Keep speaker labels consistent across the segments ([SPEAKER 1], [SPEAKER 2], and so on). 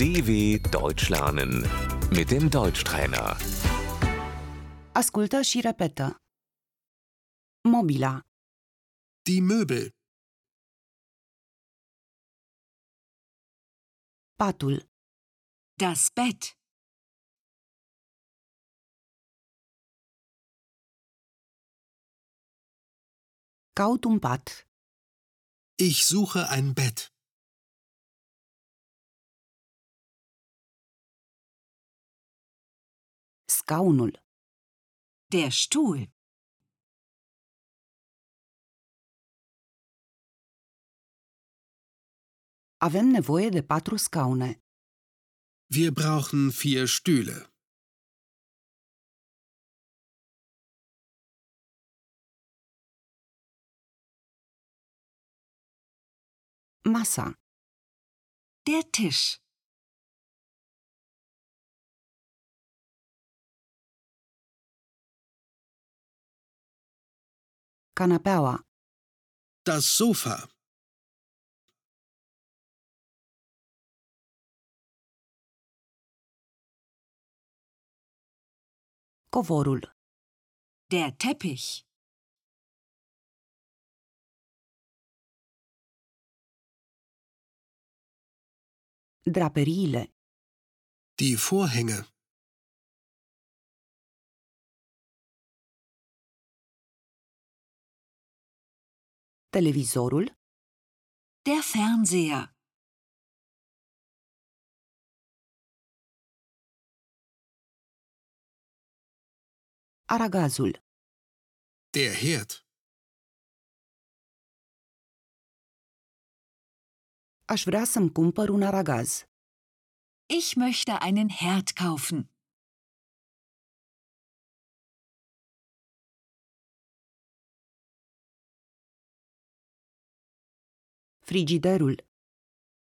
[SPEAKER 1] DW Deutsch lernen mit dem Deutschtrainer.
[SPEAKER 2] Ascultă și repetă. Mobila,
[SPEAKER 3] Die Möbel,
[SPEAKER 2] patul,
[SPEAKER 4] Das Bett,
[SPEAKER 2] caut un pat,
[SPEAKER 3] ich suche ein Bett,
[SPEAKER 2] scaunul,
[SPEAKER 4] der Stuhl,
[SPEAKER 2] avem nevoie de patru scaune,
[SPEAKER 3] wir brauchen vier Stühle,
[SPEAKER 2] masa,
[SPEAKER 4] der Tisch,
[SPEAKER 2] canapeaua,
[SPEAKER 3] das Sofa,
[SPEAKER 2] covorul,
[SPEAKER 4] der Teppich,
[SPEAKER 2] draperiile,
[SPEAKER 3] die Vorhänge,
[SPEAKER 2] televizorul,
[SPEAKER 4] der Fernseher,
[SPEAKER 2] aragazul,
[SPEAKER 3] der Herd,
[SPEAKER 2] aș vrea să-mi cumpăr un aragaz,
[SPEAKER 4] ich möchte einen Herd kaufen,
[SPEAKER 2] frigiderul,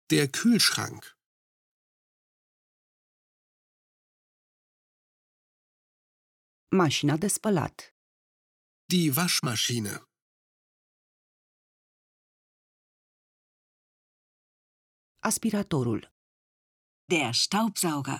[SPEAKER 3] der Kühlschrank,
[SPEAKER 2] mașina de spălat.
[SPEAKER 3] die Waschmaschine.
[SPEAKER 2] aspiratorul,
[SPEAKER 4] der Staubsauger,